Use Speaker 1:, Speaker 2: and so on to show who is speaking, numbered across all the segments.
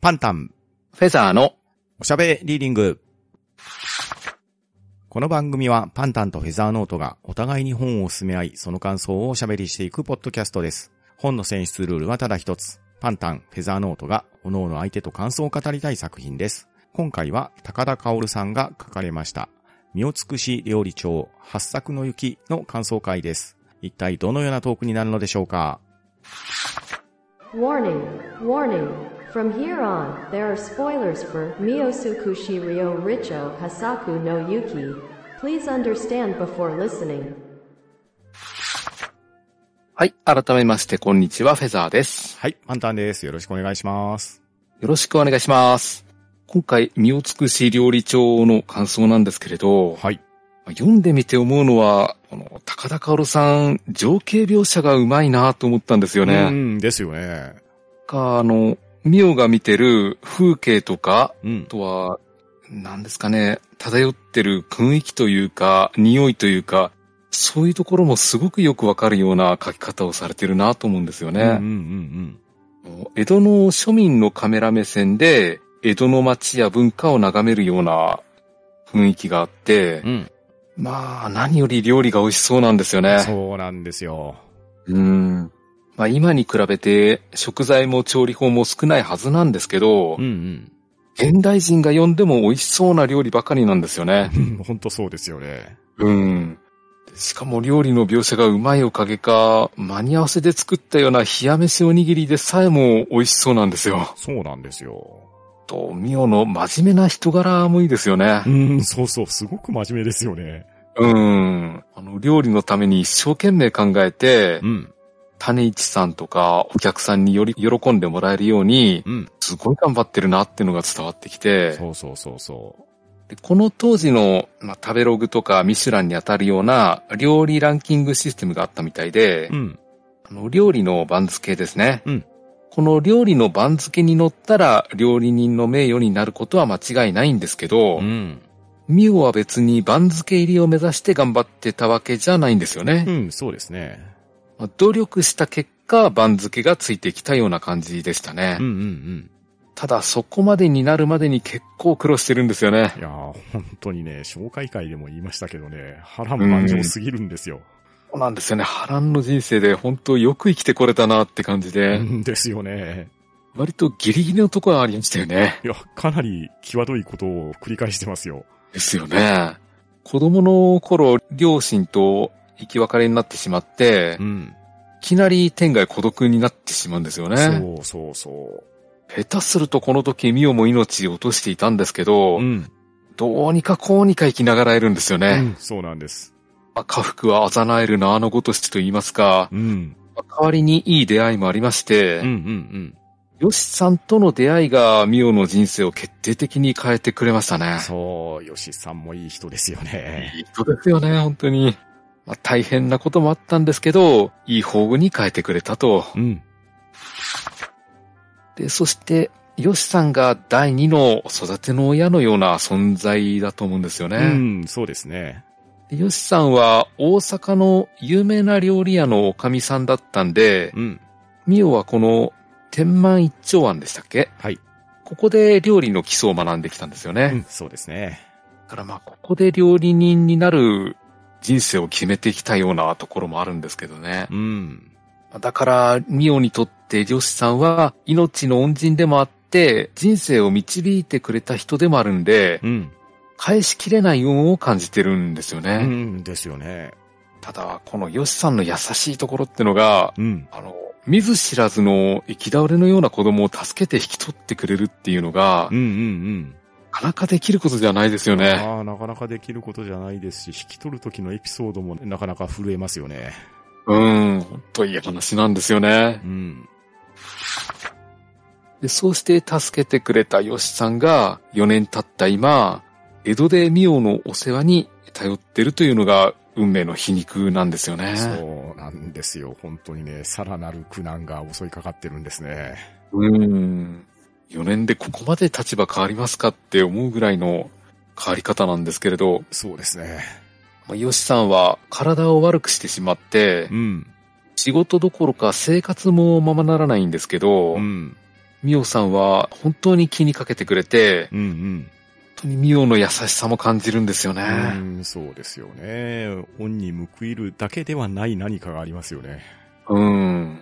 Speaker 1: パンタン、
Speaker 2: フェザーの、
Speaker 1: おしゃべリーディング。この番組はパンタンとフェザーノートがお互いに本を進め合い、その感想をおしゃべりしていくポッドキャストです。本の選出ルールはただ一つ。パンタン、フェザーノートが各々相手と感想を語りたい作品です。今回は高田薫さんが書かれました。身を尽くし料理長、八作の雪の感想会です。一体どのようなトークになるのでしょうか
Speaker 3: Warning, warning. From here on, there are spoilers for Miyosukushi Ryo Richo Hasaku no Yuki. Please understand before listening.
Speaker 2: はい、改めまして、こんにちは、フェザーです。
Speaker 1: はい、パンタンです。よろしくお願いします。
Speaker 2: よろしくお願いします。今回、身を尽くし料理長の感想なんですけれど、
Speaker 1: はい。
Speaker 2: まあ読んでみて思うのは、この、高田薫さん、情景描写がうまいなと思ったんですよね。
Speaker 1: うん、ですよね。
Speaker 2: か、あの、ミオが見てる風景とか、
Speaker 1: うん
Speaker 2: あ。とは、何ですかね、漂ってる雰囲気というか、匂いというか、そういうところもすごくよくわかるような書き方をされてるなと思うんですよ
Speaker 1: うんうんう
Speaker 2: ね。
Speaker 1: ん
Speaker 2: 江戸の庶民のカメラ目線で、江戸の街や文化を眺めるような雰囲気があって
Speaker 1: うん。、うん。
Speaker 2: まあ、何より料理が美味しそうなんですよね。
Speaker 1: そうなんですよ。
Speaker 2: うん。まあ今に比べて食材も調理法も少ないはずなんですけど、
Speaker 1: うん
Speaker 2: 現代人が読んでも美味しそうな料理ばかりなんですよね。
Speaker 1: うん。ほんとそうですよね。
Speaker 2: うん。しかも料理の描写がうまいおかげか、間に合わせで作ったような冷や飯おにぎりでさえも美味しそうなんですよ。
Speaker 1: そうなんですよ。
Speaker 2: と、ミオの真面目な人柄もいいですよね
Speaker 1: う。ん、そうそう、すごく真面目ですよね。
Speaker 2: うん。あの、料理のために一生懸命考えて、
Speaker 1: ん。
Speaker 2: 種市さんとかお客さんにより喜んでもらえるように、
Speaker 1: うん。
Speaker 2: すごい頑張ってるなっていうのが伝わってきて、
Speaker 1: そうそうそうそ
Speaker 2: でこの当時の、まあ、食べログとかミシュランに当たるような料理ランキングシステムがあったみたいで
Speaker 1: う。、ん。
Speaker 2: あの料理の番付ですね。
Speaker 1: うん
Speaker 2: この料理の番付に載ったら料理人の名誉になることは間違いないんですけど、
Speaker 1: ん。
Speaker 2: ミオは別に番付入りを目指して頑張ってたわけじゃないんですよね
Speaker 1: う。ん、そうですね。
Speaker 2: まあ努力した結果番付がついてきたような感じでしたね。
Speaker 1: うんうん
Speaker 2: ただそこまでになるまでに結構苦労してるんですよね
Speaker 1: うん。い。やー、本当にね、紹介会でも言いましたけどね、波乱万丈すぎるんですよ。
Speaker 2: そうなんですよね。波乱の人生で本当よく生きてこれたなって感じ
Speaker 1: う
Speaker 2: で、
Speaker 1: ん、ですよね。
Speaker 2: 割とギリギリのところはありましたよね。
Speaker 1: いや、かなり際どいことを繰り返してますよ。
Speaker 2: ですよね。子供の頃、両親と生き別れになってしまって、い
Speaker 1: ん。
Speaker 2: きなり天涯孤独になってしまうんですよね。
Speaker 1: そうそうそ
Speaker 2: 下手するとこの時、ミオも命を落としていたんですけ
Speaker 1: う。
Speaker 2: ど、
Speaker 1: ん。
Speaker 2: どうにかこうにか生きながらえるんですよ
Speaker 1: う
Speaker 2: ね。
Speaker 1: ん、そうなんです。
Speaker 2: まあ家福はあざなえるな、のごとしと言いますか、
Speaker 1: うん。
Speaker 2: まあ代わりにいい出会いもありまして、
Speaker 1: うんうんうん。
Speaker 2: ヨシさんとの出会いがミオの人生を決定的に変えてくれましたね。
Speaker 1: そう、ヨシさんもいい人ですよね。
Speaker 2: いい人ですよね、本当に。まあ、大変なこともあったんですけど、いい方具に変えてくれたと。
Speaker 1: うん。
Speaker 2: で、そして、ヨシさんが第二の育ての親のような存在だと思うんですよ
Speaker 1: う
Speaker 2: ね。
Speaker 1: ん、そうですね。
Speaker 2: でヨシさんは大阪の有名な料理屋のおかみさんだったんで、
Speaker 1: うん。
Speaker 2: ミオはこの天満一丁庵でしたっけ
Speaker 1: はい。
Speaker 2: ここで料理の基礎を学んできたんですよね。
Speaker 1: うん、そうですね。
Speaker 2: だからまあ、ここで料理人になる人生を決めてきたようなところもあるんですけどね。
Speaker 1: うん。
Speaker 2: だから、ミオにとって漁師さんは命の恩人でもあって、人生を導いてくれた人でもあるんで、
Speaker 1: うん。
Speaker 2: 返しきれない恩を感じてるんですよ
Speaker 1: う
Speaker 2: ね。
Speaker 1: ん、ですよね。
Speaker 2: ただ、この漁師さんの優しいところってのが、
Speaker 1: うん。
Speaker 2: あの、見ず知らずの生き倒れのような子供を助けて引き取ってくれるっていうのが
Speaker 1: うん、うん
Speaker 2: なかなかできることじゃないですよ
Speaker 1: うん。
Speaker 2: ね。
Speaker 1: ああ、なかなかできることじゃないですし、引き取る時のエピソードもなかなか震えますよね。
Speaker 2: うん、ほんといい話なんですよね
Speaker 1: う。ん。
Speaker 2: で、そうして助けてくれたヨシさんが4年経った今、江戸でミオのお世話に頼ってるというのが運命の皮肉なんですよね。
Speaker 1: そうなんですよ。本当にね、さらなる苦難が襲いかかってるんですね。
Speaker 2: ううん。4年でここまで立場変わりますかって思うぐらいの変わり方なんですけれど、
Speaker 1: そうですね。
Speaker 2: まあヨシさんは体を悪くしてしまって
Speaker 1: う、ん。
Speaker 2: 仕事どころか生活もままならないんですけど、
Speaker 1: うん。
Speaker 2: ミオさんは本当に気にかけてくれて、
Speaker 1: うんうん。
Speaker 2: 本当にミオの優しさも感じるんですよね。
Speaker 1: うん、そうですよね。恩に報いるだけではない何かがありますよね。
Speaker 2: うん。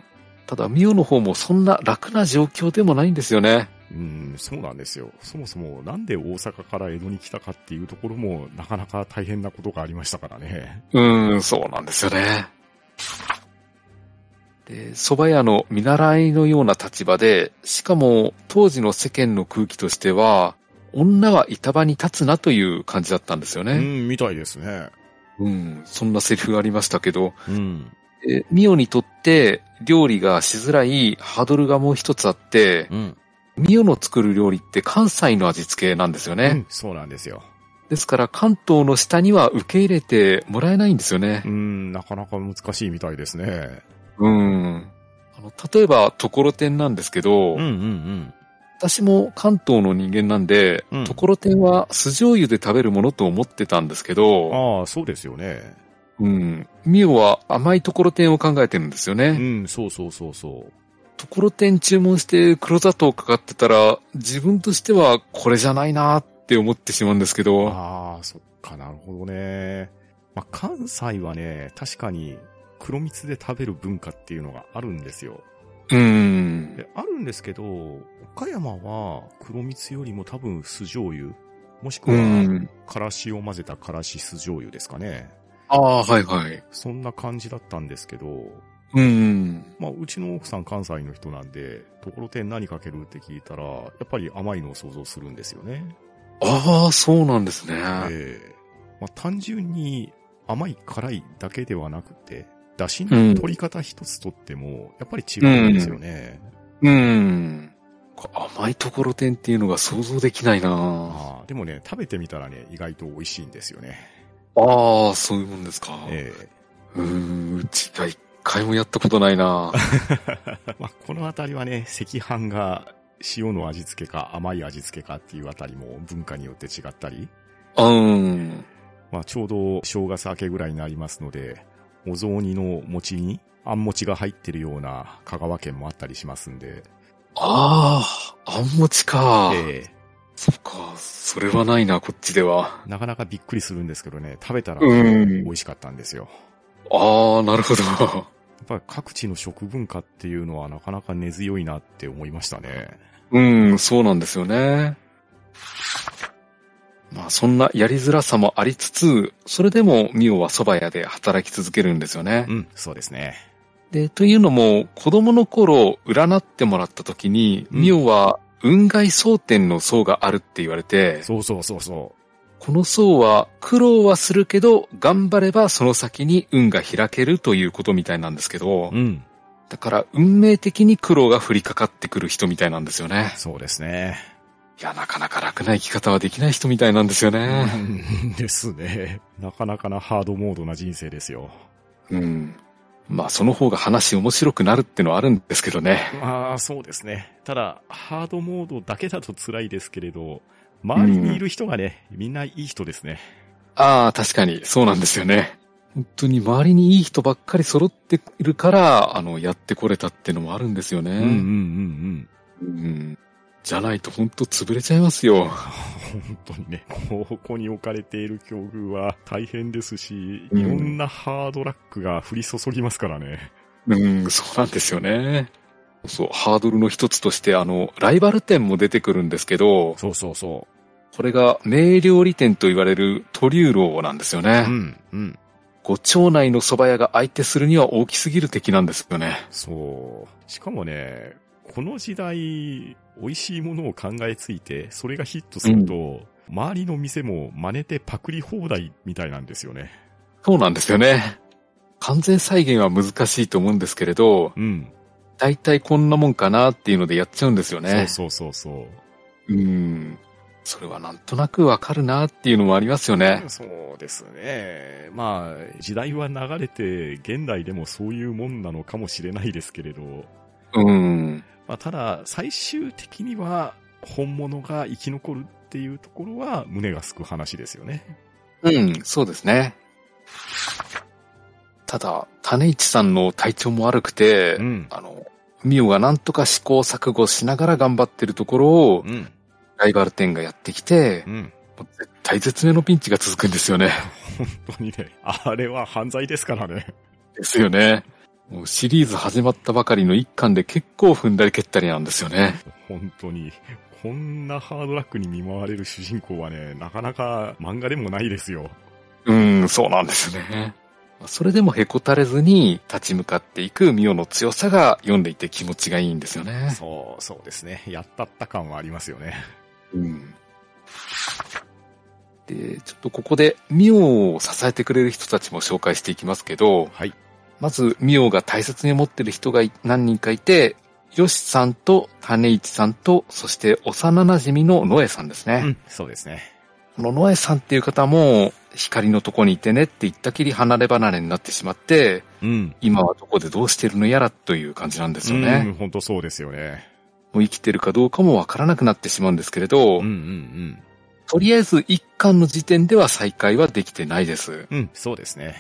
Speaker 2: ただ、ミオの方もそんな楽な状況でもないんですよね。
Speaker 1: うん、そうなんですよ。そもそもなんで大阪から江戸に来たかっていうところもなかなか大変なことがありましたからね。
Speaker 2: うん、そうなんですよね。で、蕎麦屋の見習いのような立場で、しかも当時の世間の空気としては、女は板場に立つなという感じだったんですよ
Speaker 1: う
Speaker 2: ね。
Speaker 1: ん、みたいですね。
Speaker 2: うん、そんなセリフがありましたけど、
Speaker 1: うん。
Speaker 2: えミオにとって料理がしづらいハードルがもう一つあって、
Speaker 1: うん。
Speaker 2: ミオの作る料理って関西の味付けなんですよね。
Speaker 1: うんそうなんですよ。
Speaker 2: ですから関東の下には受け入れてもらえないんですよね
Speaker 1: う。ん、なかなか難しいみたいですね。
Speaker 2: うん。あの例えば、ところてんなんですけど、
Speaker 1: うんうん
Speaker 2: 私も関東の人間なんで
Speaker 1: うん、
Speaker 2: ところてんは酢醤油で食べるものと思ってたんですけ
Speaker 1: うん。
Speaker 2: ど、
Speaker 1: ああ、そうですよね。
Speaker 2: うん。ミオは甘いところてんを考えてるんですよね。
Speaker 1: うん、そうそうそうそう。
Speaker 2: ところてん注文して黒砂糖かかってたら、自分としてはこれじゃないなって思ってしまうんですけど、
Speaker 1: ああ、そっかなるほどね。まあ、関西はね、確かに黒蜜で食べる文化っていうのがあるんですよ。
Speaker 2: うん。
Speaker 1: であるんですけど、岡山は黒蜜よりも多分酢醤油、もしく
Speaker 2: う
Speaker 1: は、
Speaker 2: ん。
Speaker 1: からしを混ぜたからし酢醤油ですかね。
Speaker 2: ああ、はいはい。
Speaker 1: そんな感じだったんですけど、
Speaker 2: うん。
Speaker 1: まあ、うちの奥さん関西の人なんで、ところてん何かけるって聞いたら、やっぱり甘いのを想像するんですよね。
Speaker 2: ああ、そうなんですね。
Speaker 1: ええまあ、単純に甘い辛いだけではなくて、出汁の取り方一つとっても、やっぱり違うんですよね。
Speaker 2: うん。甘いところてんっていうのが想像できないな
Speaker 1: ああでもね、食べてみたらね、意外と美味しいんですよね。
Speaker 2: ああ、そういうもんですか。
Speaker 1: ええ
Speaker 2: うーん、うちが一回もやったことない な
Speaker 1: まあ、このあたりはね、赤飯が塩の味付けか甘い味付けかっていうあたりも文化によって違ったり、
Speaker 2: うん。
Speaker 1: まあ、ちょうど正月明けぐらいになりますので、お雑煮の餅に、あん餅が入ってるような香川県もあったりしますんで、
Speaker 2: ああ、あんもちか。
Speaker 1: ええ
Speaker 2: そっか、それはないな、こっちでは。
Speaker 1: なかなかびっくりするんですけどね、食べたら
Speaker 2: うん
Speaker 1: 美味しかったんですよ。
Speaker 2: ああ、なるほど。
Speaker 1: やっぱり各地の食文化っていうのはなかなか根強いなって思いましたね。
Speaker 2: うん、そうなんですよね。まあ、そんなやりづらさもありつつ、それでもミオは蕎麦屋で働き続けるんですよね
Speaker 1: う。ん、そうですね。
Speaker 2: で、というのも、子供の頃、占ってもらった時に、
Speaker 1: うん
Speaker 2: ミオは、雲外蒼天の層があるって言われて、
Speaker 1: そうそうそうそ
Speaker 2: この層は苦労はするけど、頑張ればその先に運が開けるということみたいなんですけど
Speaker 1: う。う、ん、
Speaker 2: だから運命的に苦労が降りかかってくる人みたいなんですよね。
Speaker 1: そうですね。
Speaker 2: いや、なかなか楽な生き方はできない人みたいなんですよね。
Speaker 1: うんですね。なかなかなハードモードな人生ですよ。
Speaker 2: うん。まあ、その方が話面白くなるってのはあるんですけどね。
Speaker 1: まあ、そうですね。ただ、ハードモードだけだと辛いですけれど、周りにいる人がね、みんないい人ですね。
Speaker 2: ああ、確かに、そうなんですよね。本当に周りにいい人ばっかり揃っているから、あの、やってこれたってのもあるんですよ
Speaker 1: うんうんうんう
Speaker 2: ね。
Speaker 1: ん。
Speaker 2: うん。じゃないと本当潰れちゃいますよ。
Speaker 1: 本当にね、ここに置かれている境遇は大変ですし、
Speaker 2: うん
Speaker 1: いろんなハードラックが降り注ぎますからね。
Speaker 2: うん、そうなんですよね。そう、ハードルの一つとして、あの、ライバル店も出てくるんですけど、
Speaker 1: そうそうそ
Speaker 2: これが名料理店と言われるトリューローなんですよ
Speaker 1: う
Speaker 2: ね。
Speaker 1: ん、うん。
Speaker 2: ご町内の蕎麦屋が相手するには大きすぎる敵なんですよね。
Speaker 1: そう。しかもね、この時代、美味しいものを考えついて、それがヒットすると、周りの店も真似てパクリ放題みたいなんですよね。
Speaker 2: そうなんですよね。完全再現は難しいと思うんですけれど、
Speaker 1: うん。
Speaker 2: 大体こんなもんかなっていうのでやっちゃうんですよね。
Speaker 1: そうそうそう
Speaker 2: うん。それはなんとなくわかるなっていうのもありますよね
Speaker 1: そう。。そうですね。まあ、時代は流れて、現代でもそういうもんなのかもしれないですけれど、
Speaker 2: うん。
Speaker 1: まあ、ただ、最終的には、本物が生き残るっていうところは、胸がすく話ですよね。
Speaker 2: うん、そうですね。ただ、種市さんの体調も悪くて、
Speaker 1: ん。
Speaker 2: あの、ミオがなんとか試行錯誤しながら頑張ってるところを
Speaker 1: う、ん。
Speaker 2: ライバル店がやってきて、
Speaker 1: うん。
Speaker 2: もう絶対絶命のピンチが続くんですよね。
Speaker 1: 本当にね、あれは犯罪ですからね。
Speaker 2: ですよね。もうシリーズ始まったばかりの一巻で結構踏んだり蹴ったりなんですよね。
Speaker 1: 本当に。こんなハードラックに見舞われる主人公はね、なかなか漫画でもないですよ。
Speaker 2: うん、そうなんですね。それでもへこたれずに立ち向かっていくミオの強さが読んでいて気持ちがいいんですよね。
Speaker 1: そう、そうですね。やったった感はありますよね。
Speaker 2: うん。で、ちょっとここでミオを支えてくれる人たちも紹介していきますけど、
Speaker 1: はい。
Speaker 2: まずミオが大切に持ってる人がい何人かいて、ヨシさんと種市さんと、そして幼馴染のノエさんですね。
Speaker 1: うん、そうですね。
Speaker 2: このノエさんっていう方も、光のとこにいてねって言ったきり離れ離れになってしまって、
Speaker 1: うん。
Speaker 2: 今はどこでどうしてるのやらという感じなんですよ
Speaker 1: うん、
Speaker 2: ね。
Speaker 1: 本当そうですよね。
Speaker 2: もう生きてるかどうかもわからなくなってしまうんですけれど、
Speaker 1: うんうん
Speaker 2: とりあえず一巻の時点では再会はできてないです。
Speaker 1: うん。うん、そうですね。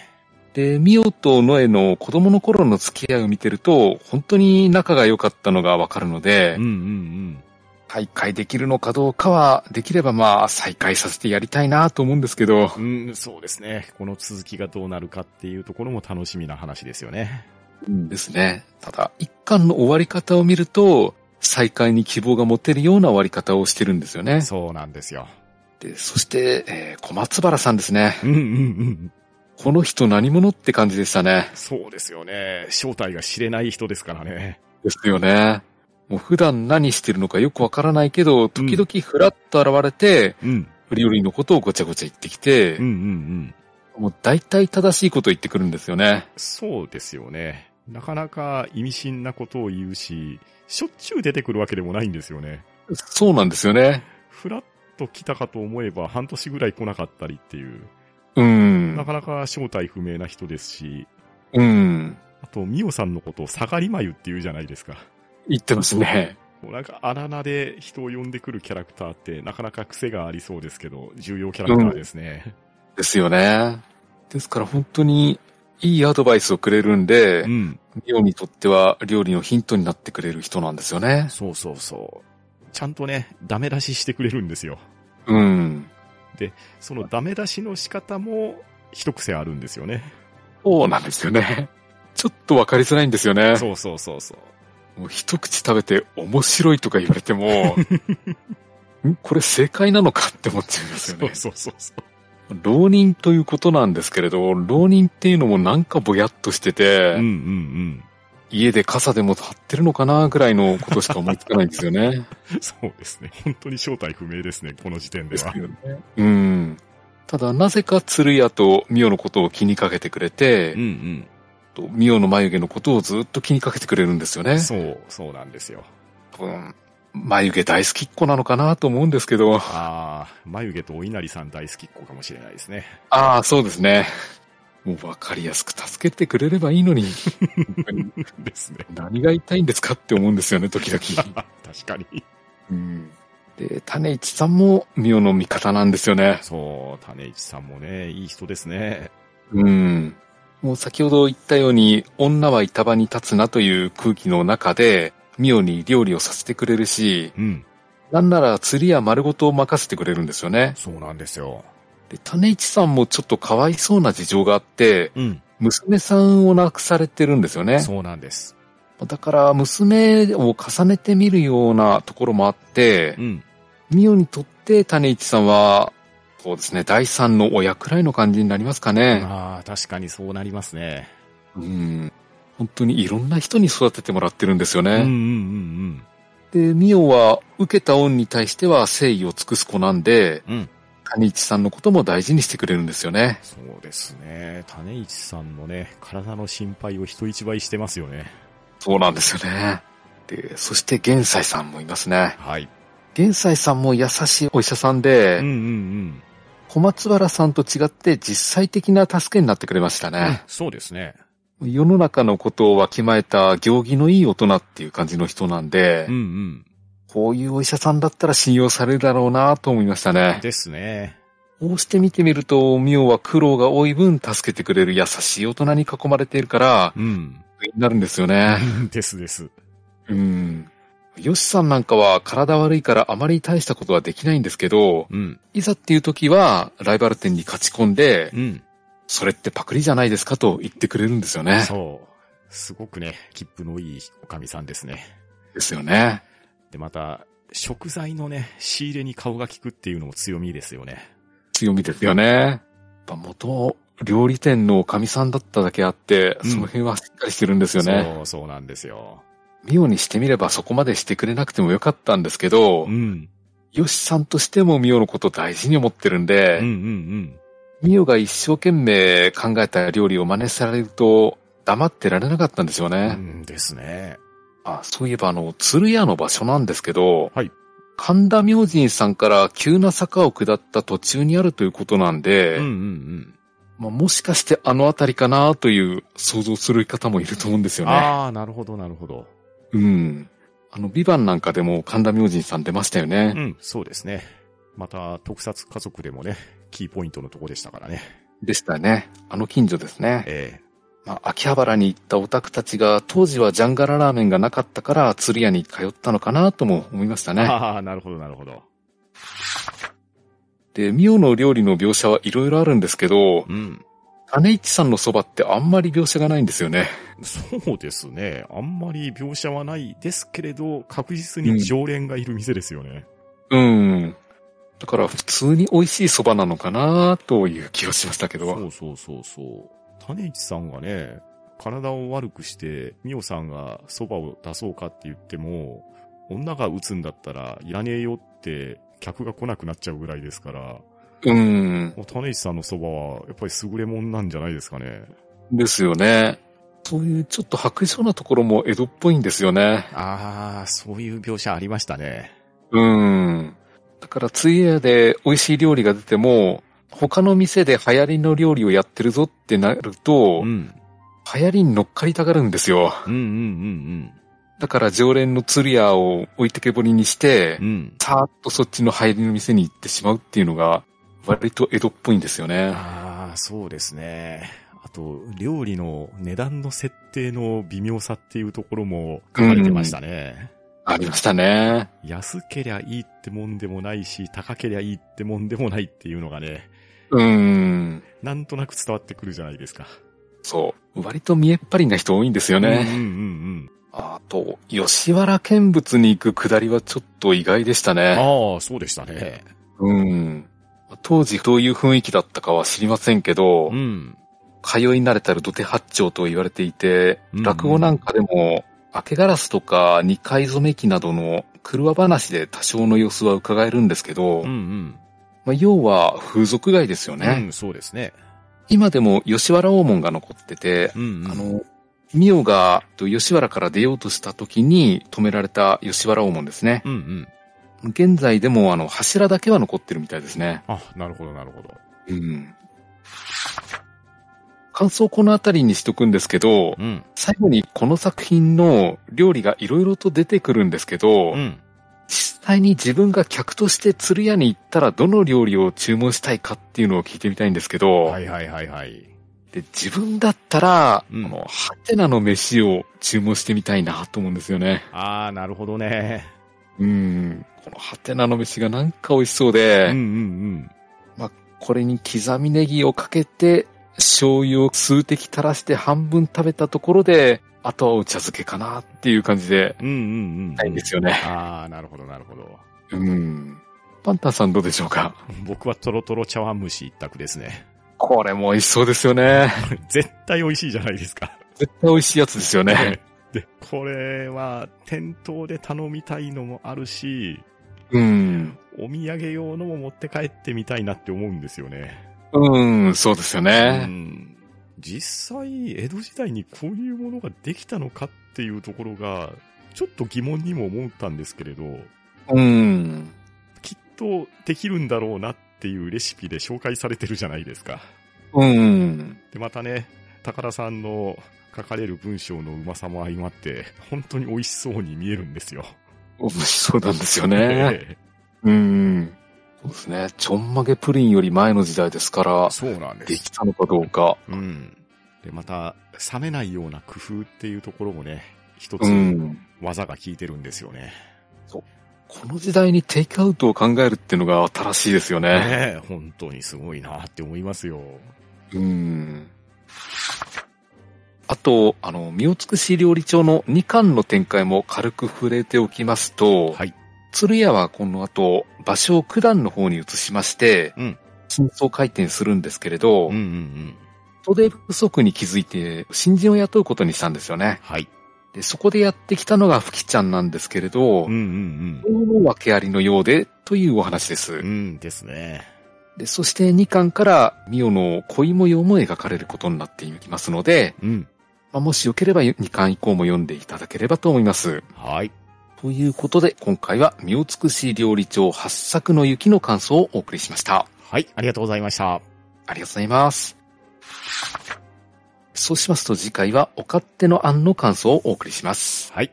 Speaker 2: で、ミオとノエの子供の頃の付き合いを見てると、本当に仲が良かったのがわかるので
Speaker 1: うん、うん
Speaker 2: 再会できるのかどうかは、できればまあ再会させてやりたいなと思うんですけど、
Speaker 1: うん。うん、そうですね。この続きがどうなるかっていうところも楽しみな話ですよね。
Speaker 2: ですね。ただ、一巻の終わり方を見ると、再会に希望が持てるような終わり方をしてるんですよね。
Speaker 1: そうなんですよ。
Speaker 2: でそして、えー小松原さんですね。
Speaker 1: うんうんうん。
Speaker 2: この人何者って感じでしたね。
Speaker 1: そうですよね。正体が知れない人ですからね。
Speaker 2: ですよね。もう普段何してるのかよくわからないけど、時々ふらっと現れて、
Speaker 1: うん。
Speaker 2: フリオリのことをごちゃごちゃ言ってきて、
Speaker 1: うんうんうん。
Speaker 2: もう大体正しいこと言ってくるんですよね。
Speaker 1: そうですよね。なかなか意味深なことを言うし、しょっちゅう出てくるわけでもないんですよね。
Speaker 2: そうなんですよね。
Speaker 1: ふらっと来たかと思えば半年ぐらい来なかったりっていう、
Speaker 2: うん
Speaker 1: な。かなか正体不明な人ですし、
Speaker 2: うん。
Speaker 1: あと、ミオさんのことを下がり眉って言うじゃないですか。
Speaker 2: 言ってますね。
Speaker 1: こうなんか荒名で人を呼んでくるキャラクターってなかなか癖がありそうですけど、重要キャラクターですね。
Speaker 2: ですよね。ですから本当にいいアドバイスをくれるんで
Speaker 1: う、ん。
Speaker 2: ミオにとっては料理のヒントになってくれる人なんですよね。
Speaker 1: そうそうそう。ちゃんとね、ダメ出ししてくれるんですよ。
Speaker 2: うん。
Speaker 1: そのダメ出しの仕方も一癖あるんですよね。
Speaker 2: そうなんですよね。 ちょっとわかりづらいんですよね。
Speaker 1: そうそうそうそう。
Speaker 2: もう一口食べて面白いとか言われて も、んこれ正解なのかって思っちゃいますよ
Speaker 1: そう
Speaker 2: ね。
Speaker 1: そうそうそう。
Speaker 2: 浪人ということなんですけれど、浪人っていうのもなんかぼやっとしてて、
Speaker 1: うんうんうん。
Speaker 2: 家で傘でも立ってるのかなぐらいのことしか思いつかないんですよね。
Speaker 1: そうですね。本当に正体不明ですね、この時点では。
Speaker 2: うん。ただ、なぜか鶴屋とミオのことを気にかけてくれて、
Speaker 1: ん
Speaker 2: とミオの眉毛のことをずっと気にかけてくれるんですよね。
Speaker 1: そう、そうなんですよ。
Speaker 2: 多分、眉毛大好きっ子なのかなと思うんですけど。
Speaker 1: ああ、眉毛とお稲荷さん大好きっ子かもしれないですね。
Speaker 2: ああ、そうですね。もう分かりやすく助けてくれればいいのに、本当に
Speaker 1: ですね。
Speaker 2: 何が言いたいんですかって思うんですよね、時々。
Speaker 1: 確かに。
Speaker 2: うん、で、種市さんもミオの味方なんですよね。
Speaker 1: そう、種市さんもね、いい人ですね。
Speaker 2: うん。もう先ほど言ったように、女は板場に立つなという空気の中で、ミオに料理をさせてくれるし、
Speaker 1: うん。
Speaker 2: なんなら釣りや丸ごと任せてくれるんですよね。
Speaker 1: そうなんですよ。
Speaker 2: で、種市さんもちょっとかわいそうな事情があって、
Speaker 1: うん。
Speaker 2: 娘さんを亡くされてるんですよね。
Speaker 1: そうなんです。
Speaker 2: だから、娘を重ねてみるようなところもあって
Speaker 1: う、ん。
Speaker 2: ミオにとって種市さんは、そうですね、第三の親くらいの感じになりますかね。
Speaker 1: ああ、確かにそうなりますね。
Speaker 2: うん本当にいろんな人に育ててもらってるんですよ
Speaker 1: うんうん
Speaker 2: ね。
Speaker 1: うん
Speaker 2: で、ミオは受けた恩に対しては誠意を尽くす子なんで、
Speaker 1: うん。うん。
Speaker 2: 谷市さんのことも大事にしてくれるんですよね。
Speaker 1: そうですね。種市さんのね、体の心配を人一倍してますよね。
Speaker 2: そうなんですよね。で、そして玄斎さんもいますね。
Speaker 1: はい。
Speaker 2: 玄斎さんも優しいお医者さんで、
Speaker 1: うんうんうん。
Speaker 2: 小松原さんと違って実際的な助けになってくれましたね。
Speaker 1: そうですね。
Speaker 2: 世の中のことをわきまえた行儀のいい大人っていう感じの人なんで、
Speaker 1: うんうん。
Speaker 2: こういうお医者さんだったら信用されるだろうなと思いましたね。
Speaker 1: ですね。
Speaker 2: こうして見てみると、ミオは苦労が多い分助けてくれる優しい大人に囲まれているから、
Speaker 1: うん。
Speaker 2: になるんですよね。
Speaker 1: ですです。
Speaker 2: うん。ヨシさんなんかは体悪いからあまり大したことはできないんですけど、
Speaker 1: うん。
Speaker 2: いざっていう時はライバル店に勝ち込んで、
Speaker 1: うん。
Speaker 2: それってパクリじゃないですかと言ってくれるんですよね。
Speaker 1: そう。すごくね、切符のいいおかみさんですね。
Speaker 2: ですよね。
Speaker 1: で、また、食材のね、仕入れに顔が利くっていうのも強みですよね。
Speaker 2: 強みですよね。やっぱ元料理店のおかみさんだっただけあって、
Speaker 1: うん
Speaker 2: その辺はしっかりしてるんですよね。
Speaker 1: そう、そうなんですよ。
Speaker 2: ミオにしてみればそこまでしてくれなくてもよかったんですけど
Speaker 1: う、ん。
Speaker 2: ヨシさんとしてもミオのことを大事に思ってるん
Speaker 1: うんうんう
Speaker 2: で、
Speaker 1: ん。
Speaker 2: ミオが一生懸命考えた料理を真似されると黙ってられなかったんですよ
Speaker 1: う
Speaker 2: ね。
Speaker 1: んですね。
Speaker 2: あそういえばあの、鶴屋の場所なんですけど、
Speaker 1: はい
Speaker 2: 神田明神さんから急な坂を下った途中にあるということなんで、
Speaker 1: うんうんうん。
Speaker 2: まあ、もしかしてあのあたりかなという想像する方もいると思うんですよね。
Speaker 1: ああ、なるほど、なるほど。
Speaker 2: うん。あの、ビバンなんかでも神田明神さん出ましたよね。
Speaker 1: うん、そうですね。また、特撮家族でもね、キーポイントのとこでしたからね。
Speaker 2: でしたね。あの近所ですね。
Speaker 1: え
Speaker 2: まあ、秋葉原に行ったオタクたちが当時はジャンガララーメンがなかったから鶴屋に通ったのかなとも思いました
Speaker 1: え
Speaker 2: ね。
Speaker 1: ああ、なるほど、なるほど。
Speaker 2: で、ミオの料理の描写はいろいろあるんですけど
Speaker 1: う、ん。
Speaker 2: 種市さんのそばってあんまり描写がないんですよね。
Speaker 1: そうですね。あんまり描写はないですけれど、確実に常連がいる店ですよね。
Speaker 2: うん。だから普通に美味しいそばなのかなという気がしましたけど。
Speaker 1: そうそうそうそう。種市さんがね、体を悪くして、ミオさんが蕎麦を出そうかって言っても、女が打つんだったらいらねえよって客が来なくなっちゃうぐらいですから、
Speaker 2: うん。
Speaker 1: もう種市さんの蕎麦はやっぱり優れもんなんじゃないですかね。
Speaker 2: ですよね。そういうちょっと白状なところも江戸っぽいんですよね。
Speaker 1: ああ、そういう描写ありましたね。
Speaker 2: うん。だから、ツイエアで美味しい料理が出ても、他の店で流行りの料理をやってるぞってなると、
Speaker 1: うん。
Speaker 2: 流行りに乗っかりたがるんですよ。
Speaker 1: うんうんうん
Speaker 2: だから常連のツリアを置いてけぼりにして
Speaker 1: うん。う、ん。
Speaker 2: さーっとそっちの流行りの店に行ってしまうっていうのが、割と江戸っぽいんですよね。
Speaker 1: ああ、そうですね。あと、料理の値段の設定の微妙さっていうところも書かれてましたね。
Speaker 2: ありましたね。
Speaker 1: 安けりゃいいってもんでもないし、高けりゃいいってもんでもないっていうのがね、
Speaker 2: うん。
Speaker 1: なんとなく伝わってくるじゃないですか。
Speaker 2: そう。割と見えっ張りな人多いんですよね。
Speaker 1: うんうん
Speaker 2: あと、吉原見物に行く下りはちょっと意外でした
Speaker 1: うん。
Speaker 2: ね。
Speaker 1: ああ、そうでしたね。
Speaker 2: うん。当時どういう雰囲気だったかは知りませんけど、
Speaker 1: うん。
Speaker 2: 通い慣れたる土手八丁と言われていて、
Speaker 1: うん
Speaker 2: 落語なんかでも、明けガラスとか二階染め機などの車話で多少の様子は伺えるんですけど、
Speaker 1: うんうん。
Speaker 2: まあ、要は風俗街ですよ
Speaker 1: う
Speaker 2: ね。
Speaker 1: ん、そうですね。
Speaker 2: 今でも吉原大門が残ってて、
Speaker 1: うん、うん。
Speaker 2: あ、の、ミオがと吉原から出ようとした時に止められた吉原大門ですね。
Speaker 1: うんうん。
Speaker 2: 現在でもあの柱だけは残ってるみたいですね。
Speaker 1: あ、なるほど、なるほど。
Speaker 2: うん。感想このあたりにしとくんですけど、
Speaker 1: うん。
Speaker 2: 最後にこの作品の料理がいろいろと出てくるんですけど、
Speaker 1: うん。
Speaker 2: 実際に自分が客として鶴屋に行ったらどの料理を注文したいかっていうのを聞いてみたいんですけど、
Speaker 1: はいはいはいはい。
Speaker 2: で自分だったら、
Speaker 1: うん
Speaker 2: あの、ハテナの飯を注文してみたいなと思うんですよね。
Speaker 1: ああ、なるほどね。
Speaker 2: うん。このハテナの飯がなんか美味しそうで、
Speaker 1: うんうん
Speaker 2: これに刻みネギをかけて、醤油を数滴垂らして半分食べたところで、あとはお茶漬けかなっていう感じで、
Speaker 1: うん。うんうんうん。
Speaker 2: ないんですよね。
Speaker 1: ああ、なるほど、なるほど。
Speaker 2: うん。パンタンさんどうでしょうか
Speaker 1: 僕はトロトロ茶碗蒸し一択ですね。
Speaker 2: これも美味しそうですよね。
Speaker 1: 絶対美味しいじゃないですか。
Speaker 2: 絶対美味しいやつですよね。
Speaker 1: で、これは店頭で頼みたいのもあるし、
Speaker 2: うん。
Speaker 1: お土産用のも持って帰ってみたいなって思うんですよね。
Speaker 2: うん、そうですよ
Speaker 1: う
Speaker 2: ね。
Speaker 1: ん、実際、江戸時代にこういうものができたのかっていうところが、ちょっと疑問にも思ったんですけれど、
Speaker 2: うん。
Speaker 1: きっとできるんだろうなっていうレシピで紹介されてるじゃないですか。
Speaker 2: うん。
Speaker 1: で、またね、宝さんの書かれる文章のうまさも相まって、本当に美味しそうに見えるんですよ。
Speaker 2: 美味しそうなんですよね。
Speaker 1: え
Speaker 2: うん。そうですね。ちょんまげプリンより前の時代ですから
Speaker 1: え、そうなんで。
Speaker 2: ですきたのかどうか。
Speaker 1: うん。で、また、冷めないような工夫っていうところもね、一つ
Speaker 2: うん。
Speaker 1: 技が効いてるんですよね。
Speaker 2: この時代にテイクアウトを考えるっていうのが新しいですよね。
Speaker 1: ねえ 本当にすごいなって思いますよ。
Speaker 2: うん。あと、あの、身を尽くし料理長の2巻の展開も軽く触れておきますと、
Speaker 1: はい。
Speaker 2: 鶴屋はこの後、場所を九段の方に移しまして、
Speaker 1: うん
Speaker 2: 真相回転するんですけれど、
Speaker 1: うんうんうん。
Speaker 2: 人手不足に気づいて、新人を雇うことにしたんですよね。
Speaker 1: はい。
Speaker 2: で、そこでやってきたのがふきちゃんなんですけれど
Speaker 1: うん、うん
Speaker 2: どうも訳ありのようで、というお話です。
Speaker 1: うん。うんですね。
Speaker 2: で、そして2巻から、ミオの恋模様も描かれることになっていきますので、
Speaker 1: うん。
Speaker 2: まあ、もしよければ2巻以降も読んでいただければと思います。
Speaker 1: はい。
Speaker 2: ということで、今回は、身を尽くし料理長八作の雪の感想をお送りしました。
Speaker 1: はい。ありがとうございました。
Speaker 2: ありがとうございます。そうしますと次回は、お勝手の案の感想をお送りします。
Speaker 1: はい。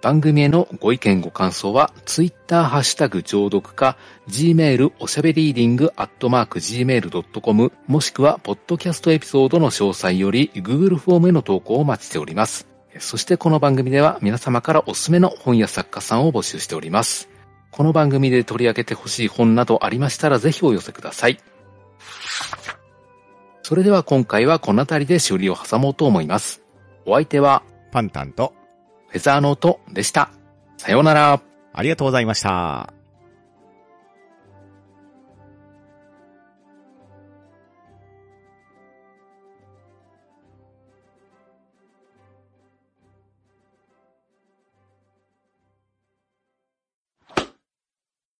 Speaker 2: 番組へのご意見ご感想は、Twitter ハッシュタグ上読か、gmail おしゃべりーディングアットマーク gmail.com、もしくは、ポッドキャストエピソードの詳細より、Google フォームへの投稿をお待ちしております。そしてこの番組では、皆様からおすすめの本や作家さんを募集しております。この番組で取り上げてほしい本などありましたら、ぜひお寄せください。それでは今回はこの辺りで終了を挟もうと思います。お相手は、
Speaker 1: パンタンと、
Speaker 2: フェザーノートでした。さようなら。
Speaker 1: ありがとうございました。